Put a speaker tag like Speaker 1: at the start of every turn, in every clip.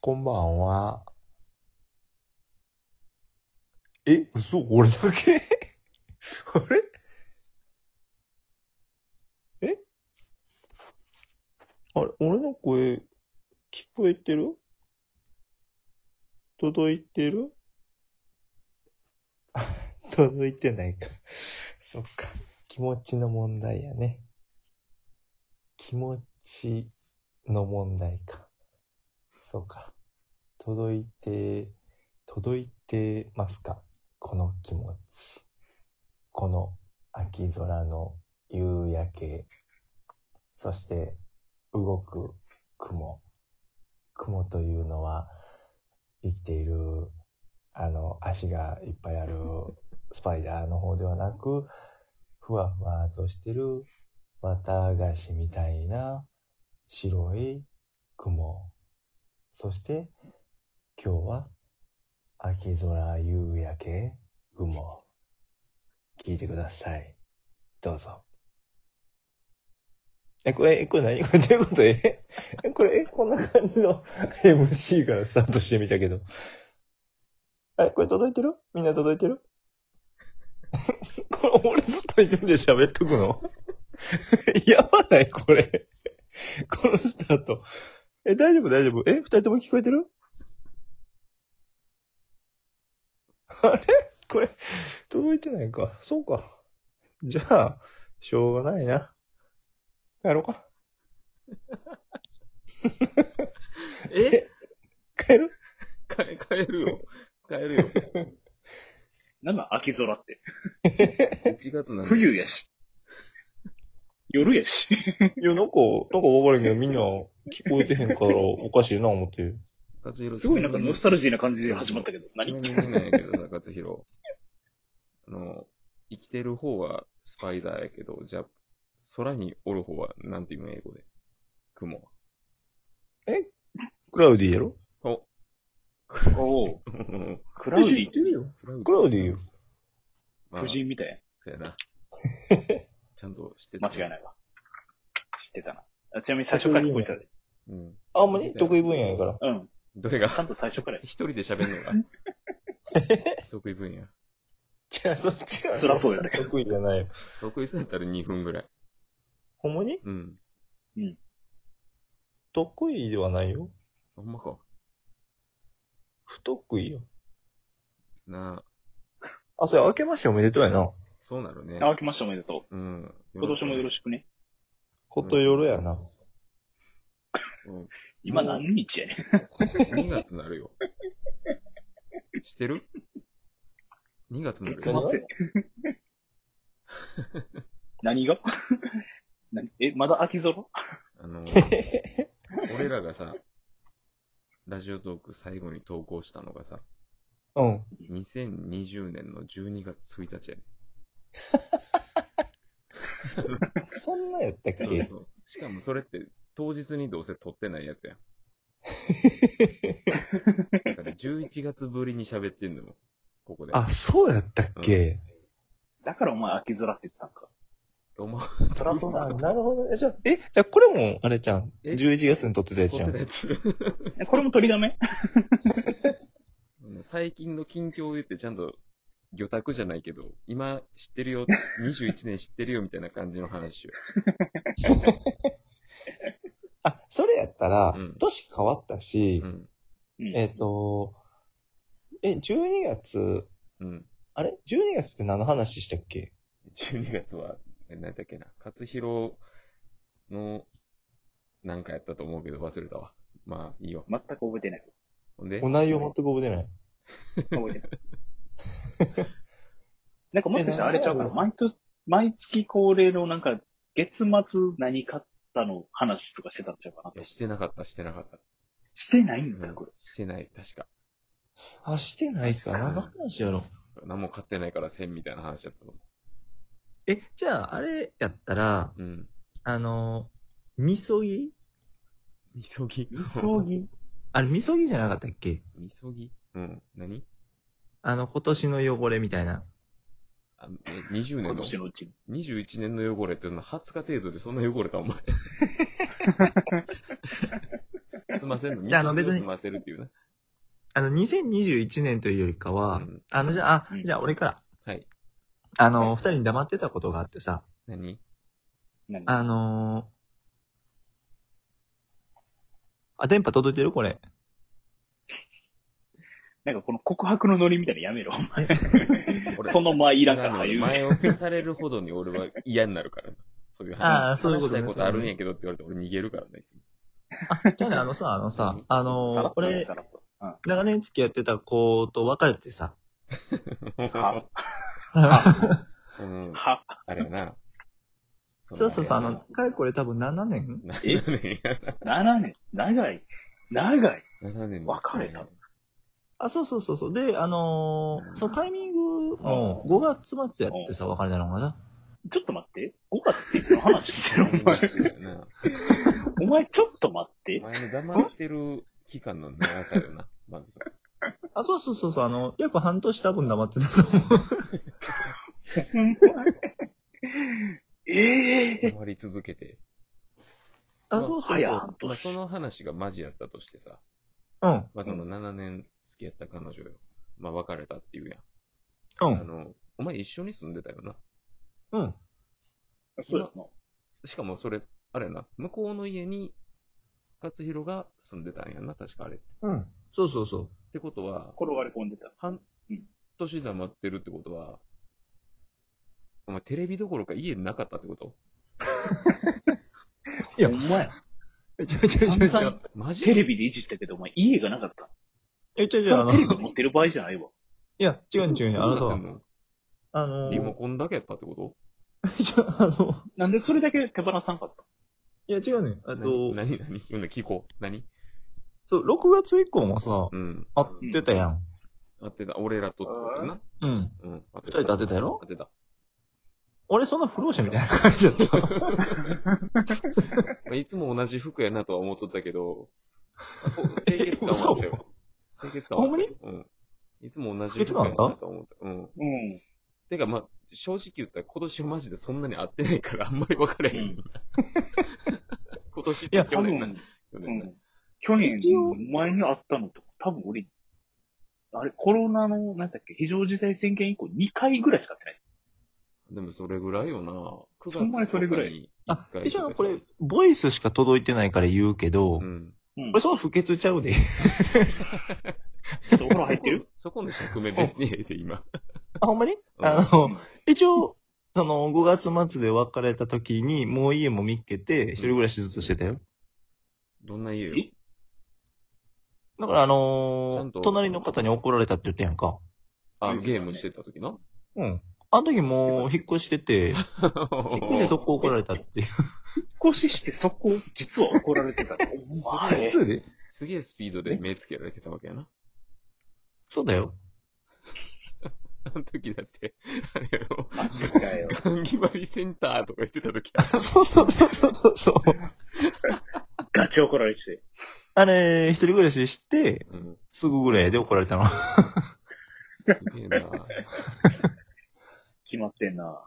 Speaker 1: こんばんは。え、嘘俺だけ あれえ
Speaker 2: あれ、俺の声、聞こえてる届いてる
Speaker 1: 届いてないか。そっか。気持ちの問題やね。気持ちの問題か。そうか。届いて、届いてますかこの気持ち。この秋空の夕焼け。そして、動く雲。雲というのは、生きている、あの、足がいっぱいあるスパイダーの方ではなく、ふわふわとしてる綿菓子みたいな白い雲。そして、今日は、秋空夕焼け雲。聞いてください。どうぞ。え、これ、え、これ何これ どういうことえ、えこれ、え、こんな感じの MC からスタートしてみたけど。え、これ届いてるみんな届いてる これ、俺ずっと一人で喋っとくの やばないこれ。このスタート。え、大丈夫大丈夫え、二人とも聞こえてるあれ これ、届いてないか。そうか。じゃあ、しょうがないな。帰ろうか。
Speaker 2: え
Speaker 1: 帰る
Speaker 2: か帰るよ。帰るよ。
Speaker 3: なんなん秋空って。
Speaker 4: 1月なんで、
Speaker 3: 冬やし。夜やし。
Speaker 1: いや、なんか、なんかわからんけど、みんな聞こえてへん からおかしいな思って。
Speaker 4: 勝弘
Speaker 3: すごいなんかノスタルジーな感じで始まったけど。
Speaker 4: ちな
Speaker 3: 何
Speaker 4: みになんやけどさ、勝弘。あの、生きてる方はスパイダーやけど、じゃあ、空におる方は、なんていうの英語で。 雲は。
Speaker 1: クラウディやろ
Speaker 4: お。
Speaker 3: おお。クラウディ、
Speaker 1: てるよ。
Speaker 4: クラウ
Speaker 1: クラウディよ。
Speaker 4: まあ
Speaker 3: 夫、人みたい
Speaker 4: そうや な。ちゃんとして
Speaker 3: な。間違いないわ。知ってたな。あちなみに最初から聞こえてたで。
Speaker 4: い。うん。
Speaker 1: あんまり得意分野やから。
Speaker 3: うん。
Speaker 4: どれ
Speaker 3: ちゃん
Speaker 4: が、
Speaker 3: と最初からや。
Speaker 4: 一人で喋るの が、得意分野。
Speaker 1: じゃあ、そっちが
Speaker 3: 辛そうやったけど。
Speaker 1: 得意じゃないよ。
Speaker 4: 得意そうやったら2分ぐらい。
Speaker 1: ほんまに
Speaker 4: うん。
Speaker 1: 得意ではないよ。
Speaker 4: ほんまか。
Speaker 1: 不得意よ。
Speaker 4: なあ、
Speaker 1: あ、それ、明けましておめでとうやな。
Speaker 4: そうなるね
Speaker 3: あ、。明けましておめでと
Speaker 4: うん。
Speaker 3: う。今年もよろ
Speaker 4: し
Speaker 3: しくね。
Speaker 1: ことよろやな。
Speaker 4: く。うん。
Speaker 3: 今何日やね
Speaker 4: 2月なるよ。知ってる ?2 月
Speaker 3: ん。
Speaker 4: なる
Speaker 3: 月
Speaker 4: よ。
Speaker 3: 末や。何が 何え、まだ秋空
Speaker 4: あの、俺らがさ、ラジオトーク最後に投稿したのがさ、
Speaker 1: うん。
Speaker 4: 2020年の12月1日やね。
Speaker 1: そんなやったっ
Speaker 4: そう
Speaker 1: け
Speaker 4: そうしかもそれって当日にどうせ撮ってないや つやん。だから11月ぶりに喋ってんのも、ここで。
Speaker 1: あ、そうやったっけ、
Speaker 3: だからお前秋空って言ってたんか。
Speaker 4: お前、
Speaker 3: そらそう
Speaker 1: あ、
Speaker 3: だ。
Speaker 1: なるほどね。じゃあ、え、じゃあこれも、あれじゃん。
Speaker 4: え
Speaker 1: 11月に撮ってたやつ
Speaker 4: 撮
Speaker 1: じゃ
Speaker 4: ってた
Speaker 1: ん。
Speaker 4: やつ。
Speaker 3: えこれも取りだめ
Speaker 4: うん最近の近況を言ってちゃんと、魚拓じゃないけど、今知ってるよ、21年知ってるよみたいな感じの話よ。
Speaker 1: あ、それやったら
Speaker 4: うん、
Speaker 1: 年変わったし
Speaker 4: う、ん。
Speaker 3: うん
Speaker 1: えっ、と、え、12月、
Speaker 4: うん。
Speaker 1: あれ ?12 月って何の話したっけ
Speaker 4: 12月は、え何だっけな、勝弘の、なんかやったと思うけど忘れたわ。まあ、いいよ。
Speaker 3: 全く覚えてない。
Speaker 4: ほんで
Speaker 1: お、内容全く覚えてない。
Speaker 3: 覚えてない。なんかもしかしたらあれちゃうから、毎年、毎月恒例のなんか、月末何買ったの話とかしてたんちゃうか
Speaker 4: い
Speaker 3: な
Speaker 4: や、。してなかった、してなかった。
Speaker 3: してないん
Speaker 4: う
Speaker 3: だ、
Speaker 4: ん
Speaker 3: これ。
Speaker 4: してない、確か。
Speaker 1: あ、してないかな。
Speaker 4: うん
Speaker 1: 何の話やろ。
Speaker 4: 何も買ってないから1000みたいな話だったと思
Speaker 1: え、じゃあ、あれやったら、
Speaker 4: う。うん。
Speaker 1: あの、みそぎ
Speaker 4: みそぎ。
Speaker 3: みそぎ。
Speaker 1: あれ、みそぎじゃなかったっけ
Speaker 4: みそぎうん。何
Speaker 1: あの、今年の汚れみたいな。
Speaker 4: あえ20年の
Speaker 3: 今年のうちに。
Speaker 4: 21年の汚れってのは20日程度でそんな汚れたお前。済ませるの
Speaker 1: やあの
Speaker 4: 日本
Speaker 1: 別
Speaker 4: で
Speaker 1: に
Speaker 4: 済ませるっていうな。
Speaker 1: あの、2021年というよりかは、
Speaker 4: うん
Speaker 1: あの、じゃあ、
Speaker 3: う
Speaker 1: あ
Speaker 3: ん
Speaker 1: じゃあ俺から、
Speaker 4: はい。
Speaker 1: あの、二人に黙ってたことがあってさ、
Speaker 4: 何
Speaker 3: 何
Speaker 1: あのーあ、電波届いてるこれ。
Speaker 3: なんかこの告白のノリみたいなのやめろ、お前。
Speaker 4: 俺
Speaker 3: その前いらんか
Speaker 4: な
Speaker 3: ら、
Speaker 4: の
Speaker 3: ああい
Speaker 4: で
Speaker 3: う。
Speaker 4: 前置きされるほどに俺は嫌になるからね。そういう話。
Speaker 1: あーそういうことね
Speaker 4: 話したいことあるんやけどって言われて俺逃げるからね。いつも
Speaker 1: あ、じゃあね、あのさ、あのさ、あの
Speaker 3: さら
Speaker 1: ー
Speaker 3: っとね
Speaker 1: 俺、
Speaker 3: さらっと。うん。
Speaker 1: 長年付き合ってた子と別れてさ、
Speaker 3: は、
Speaker 4: そ の、
Speaker 3: は、
Speaker 4: あれやな。
Speaker 1: そうそうそう、あ
Speaker 4: の
Speaker 1: の、かれこれ多分7年
Speaker 4: な
Speaker 3: え
Speaker 4: 7年や
Speaker 3: 7年。長い。長い。
Speaker 4: な。7年
Speaker 3: 別れた
Speaker 1: あ、そうそうそうそう。で、あのーそのタイミングも5月末やってさ、別れたのかな。
Speaker 3: ちょっと待って。5月っていつの話してるお 前。
Speaker 4: な。
Speaker 3: お前ちょっと待って
Speaker 4: お。前の黙ってる期間の長さよな。まずそれ
Speaker 1: あ、そうそうそうそう、あの、約半年多分黙ってたと思う。
Speaker 3: ええ
Speaker 4: 終わり続けて。
Speaker 1: あ、
Speaker 4: まあ
Speaker 1: そうそうそ
Speaker 3: 早
Speaker 1: う。
Speaker 3: 半
Speaker 4: まあそ
Speaker 3: 年。
Speaker 4: の話がマジやったとしてさ。
Speaker 1: うん、
Speaker 4: まあその7年付き合った彼女よ。まあ別れたっていうやん。
Speaker 1: う
Speaker 4: あ
Speaker 1: ん、
Speaker 4: の、お前一緒に住んでたよな。
Speaker 1: うん。
Speaker 3: そうやな。
Speaker 4: しかもそれ、あれやな、向こうの家に、勝弘が住んでたんやな、確かあれ。っ
Speaker 1: うん。そうそうそう。
Speaker 4: てことは、
Speaker 3: 転がり込んでた。
Speaker 4: 半
Speaker 3: うん
Speaker 4: 年黙ってるってことは、お前テレビどころか家なかったってこと
Speaker 1: いや
Speaker 3: お前、
Speaker 1: え、ちょいちょいちょいちょ
Speaker 3: 散
Speaker 1: い。
Speaker 3: 々
Speaker 4: マジ
Speaker 3: テレビでいじったけど、お前家がなかった。
Speaker 1: え、ちょいちょい、あの、
Speaker 3: そのテレ
Speaker 1: い
Speaker 3: ビ持ってる場合じゃないわ。
Speaker 1: や、違う違う違う、あの
Speaker 4: どうなっ
Speaker 1: さ
Speaker 4: てん、の
Speaker 1: あのー、
Speaker 4: リモコンだけやったってこと
Speaker 1: ちょ あの、
Speaker 3: なんでそれだけ手放さんかった
Speaker 1: いや、違うね。あ
Speaker 4: 何
Speaker 1: と、
Speaker 4: 何何読んで聞こう。何
Speaker 1: そう、6月以降もさ、
Speaker 4: うん。
Speaker 1: 会ってたやん。
Speaker 4: 合ってた。俺らとってことやな。
Speaker 1: うん。
Speaker 4: うん。合っ
Speaker 1: 二
Speaker 4: て
Speaker 1: 人と合ってたやろ
Speaker 4: 合ってた。
Speaker 1: 俺そんな不老者みたいな感じだった。
Speaker 4: まあいつも同じ服やなとは思っとったけ ど、こう清潔感はあったよ。清潔感はあったようん。いつも同じ服やなとは思った。うん。
Speaker 3: うん。
Speaker 4: てか、まあ、正直言ったら今年マジでそんなに会ってないからあんまり分からへん。
Speaker 3: うん
Speaker 4: 今年っ
Speaker 1: いや
Speaker 4: て去
Speaker 3: 多
Speaker 4: 年な。去
Speaker 3: 分、う
Speaker 4: 年な。
Speaker 3: ん。去年
Speaker 1: 一、応
Speaker 3: お前に会ったのと、多分俺、あれ、コロナの、なんだっけ、非常事態宣言以降2回ぐらいしか会ってない。
Speaker 4: でもそれぐらいよな。9月
Speaker 3: そんまにそれぐらい
Speaker 4: い。
Speaker 1: あ、一応これ、ボイスしか届いてないから言うけど、
Speaker 4: うん。
Speaker 3: うん。
Speaker 1: 俺そんな不潔ちゃうで。
Speaker 3: ちょっとお風呂入ってる
Speaker 4: そこの職名別にええで 今。
Speaker 1: あ、ほんまに
Speaker 4: うん
Speaker 1: あの、一応、その、5月末で別れた時に、もう家も見っけて、一人暮らしずっとしてたよ。
Speaker 4: どんな家よ。
Speaker 3: え
Speaker 1: だからあ
Speaker 4: ちゃ
Speaker 1: の
Speaker 4: ん
Speaker 1: ー
Speaker 4: と
Speaker 1: 隣の方に怒られたって言ったやんか。
Speaker 4: あ、ゲームしてた時な。
Speaker 1: うん。あの時もう引っ越して て、引っ越して速攻怒られたっていう。
Speaker 3: 引っ越ししてそこ、実は怒られてた と。お 前、
Speaker 1: そうです
Speaker 4: げえスピードで目つけられてたわけやな。
Speaker 1: そうだよ。
Speaker 4: あの時だって、あれやろ。
Speaker 3: マジかよ。
Speaker 4: ガンギバリセンターとか言ってた時あ
Speaker 1: そうそうそうそうそうそう。
Speaker 3: ガチ怒られて。
Speaker 1: あれ、一人暮らしして、
Speaker 4: る。うん。
Speaker 1: すぐぐらいで怒られ たの。
Speaker 4: すげえな。
Speaker 3: 決まってんな。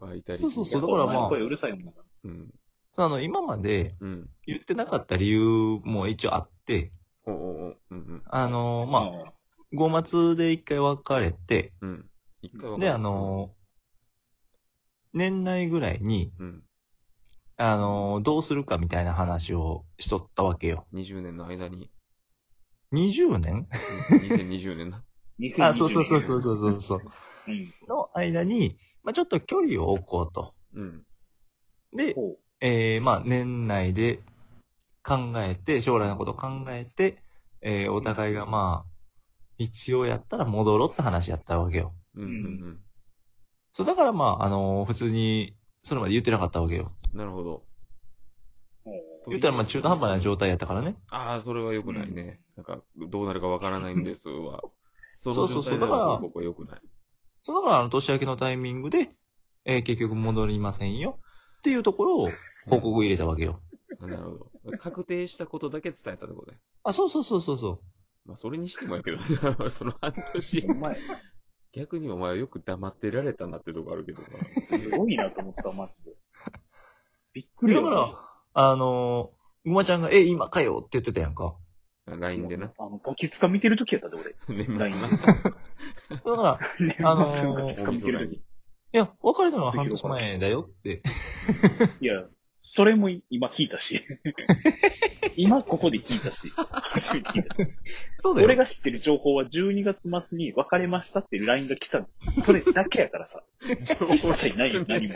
Speaker 4: バイタリテ
Speaker 1: そ
Speaker 4: ィが
Speaker 1: うそうそうだからまあ
Speaker 3: お前の声うるさいもんな。
Speaker 4: うん。
Speaker 1: あの、今まで
Speaker 4: うん。
Speaker 1: 言ってなかった理由も一応あって、
Speaker 4: おうおうおう。うんうん。
Speaker 1: あのー、まあ、
Speaker 3: あ、
Speaker 1: 5末で一回別れて、
Speaker 4: うん。一回は。
Speaker 1: で、あのー、年内ぐらいに、
Speaker 4: うん。
Speaker 1: あのー、どうするかみたいな話をしとったわけよ。
Speaker 4: 20年の 間に、
Speaker 1: 20年
Speaker 4: うん2020年な。
Speaker 3: 2020年。
Speaker 1: あ、そうそうそうそうそうそう。
Speaker 3: うん。
Speaker 1: の間に、まあ、ちょっと距離を置こうと。
Speaker 4: うん。
Speaker 1: で、
Speaker 3: ほ
Speaker 1: えー、まあ、年内で考えて、将来のことを考えて、えー、お互いがまあ、必要やったら戻ろうって話やったわけよ。
Speaker 4: うんうん
Speaker 1: そう、だからまあ、あのー普通に、それまで言ってなかったわけよ。
Speaker 4: うん。なるほど。
Speaker 3: うほ
Speaker 1: 言ったらまあ、中途半端な状態やったからね。
Speaker 4: ああ、それは良くないね。なんか、どうなるかわからないんですわ。そう
Speaker 1: そうそうだから
Speaker 4: 僕は良くない。
Speaker 1: そうだから、あの、年明けのタイミングで、えー、結局戻りませんよ。っていうところを報告入れたわけよ。
Speaker 4: あなるほど。確定したことだけ伝えたってことね。
Speaker 1: あ、そうそうそうそうそう。
Speaker 4: まあ、それにしてもやけど、 その半
Speaker 3: う。
Speaker 4: 年
Speaker 3: お。前、
Speaker 4: 逆にお前はよく黙ってられたなってとこあるけどな。
Speaker 3: すごいなと思った、マジで。びっく
Speaker 1: だ
Speaker 3: り
Speaker 1: か
Speaker 3: よ
Speaker 1: ら、あのぐまちゃんが、え、今かよって言ってたやんか。
Speaker 4: LINE でな。
Speaker 3: あの、ガキつか見てる時やったで、俺。
Speaker 4: 年末
Speaker 3: LINE な。
Speaker 1: だから、
Speaker 3: 年末のガキつか
Speaker 4: 大
Speaker 3: 見て
Speaker 4: 晦
Speaker 3: る
Speaker 4: 日
Speaker 3: 時。
Speaker 4: に。
Speaker 1: いや、別れたのは半年前だよって。
Speaker 3: いや、それも今聞いた し。今ここで聞いたし。初めて聞いたし。
Speaker 1: そうだよ。
Speaker 3: 俺が知ってる情報は12月末に別れましたっていう LINE が来たの。それだけやからさ。
Speaker 4: 情報
Speaker 3: 一切ないよ、何も。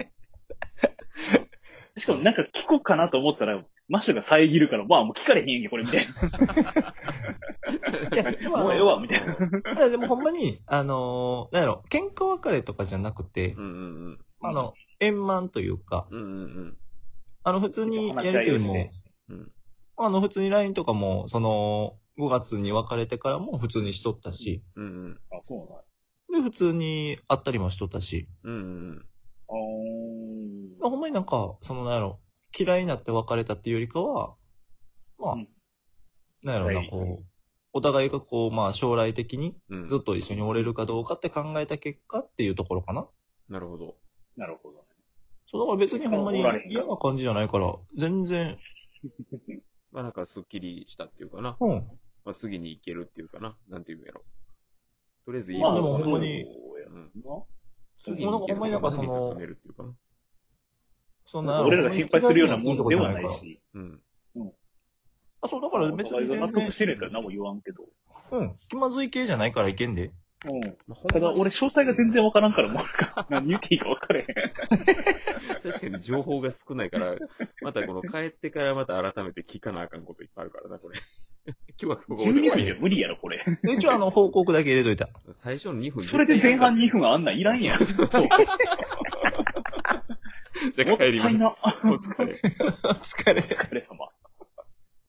Speaker 3: しかもなんか聞こうかなと思ったら、マシュが遮るから、まあもう聞かれへんやんけ、これみたい
Speaker 1: いや、今
Speaker 3: な。もうええわ、みたいな。
Speaker 1: いやでもほんま に、あのー、なんやろ、喧嘩別れとかじゃなくて、
Speaker 4: うんうん
Speaker 1: あの、円満というか、
Speaker 4: うん。うんうん
Speaker 1: あの、普通にやりとり
Speaker 3: 話し合いをし
Speaker 1: も
Speaker 3: て、
Speaker 4: うん。
Speaker 1: あの、普通に LINE とかも、その、5月に別れてからも普通にしとったし、
Speaker 4: うんうん。
Speaker 3: あ、そうなん
Speaker 1: で、
Speaker 3: だ。
Speaker 1: 普通に会ったりもしとったし、
Speaker 4: うんうん
Speaker 3: あー
Speaker 1: ほんまになんか、その、なんやろ、嫌いになって別れたっていうよりかは、まあ、
Speaker 3: うん
Speaker 1: なんやろ
Speaker 3: はい
Speaker 1: な、こう、お互いがこう、まあ、将来的に
Speaker 4: うん。うん
Speaker 1: ずっと一緒におれるかどうかって考えた結果っていうところかな。
Speaker 4: なるほど。
Speaker 3: なるほど。
Speaker 1: そう、だから別にほんまに
Speaker 3: おられへんから
Speaker 1: 嫌な感じじゃないから、全然、
Speaker 4: まあなんかスッキリしたっていうかな。
Speaker 1: うん。
Speaker 4: まあ次に行けるっていうかな。なんていうんやろ。とりあえず
Speaker 1: まあでも
Speaker 4: 今
Speaker 1: ほんまに
Speaker 3: そうや
Speaker 4: うん
Speaker 3: な
Speaker 4: 次に行ける
Speaker 1: ほんまになんかその
Speaker 4: 次に進めるっていうかな。
Speaker 1: そんな、
Speaker 3: 俺らが心配するようなもんではな
Speaker 1: と
Speaker 3: い
Speaker 1: こじゃから。
Speaker 3: し。
Speaker 4: うん。
Speaker 1: あ、そう、だ
Speaker 3: だ
Speaker 1: から別に
Speaker 3: 納
Speaker 1: 全然
Speaker 3: 得、してるから何も言わんけど。
Speaker 1: うん、気まずい系じゃないからいけんで。
Speaker 3: うん。
Speaker 4: まあ
Speaker 3: ただ、俺、詳細が全然わからんから、もうなん か、何言っていいか分からへん。
Speaker 4: 確かに情報が少ない から、またこの帰ってからまた改めて聞かなあかんこといっぱいあるから な、これ。今日はここ
Speaker 3: 12
Speaker 4: ま
Speaker 3: 分じゃ
Speaker 4: で。
Speaker 3: 無理やろ、これ。
Speaker 1: で一応あの、報告だけ入れといた。
Speaker 4: 最初の2分。
Speaker 3: それで前半2分あんなんいらんやん。そう。
Speaker 4: じゃあ帰ります。
Speaker 3: もったいな
Speaker 4: お疲れ。
Speaker 1: 疲れ
Speaker 3: お疲れ様。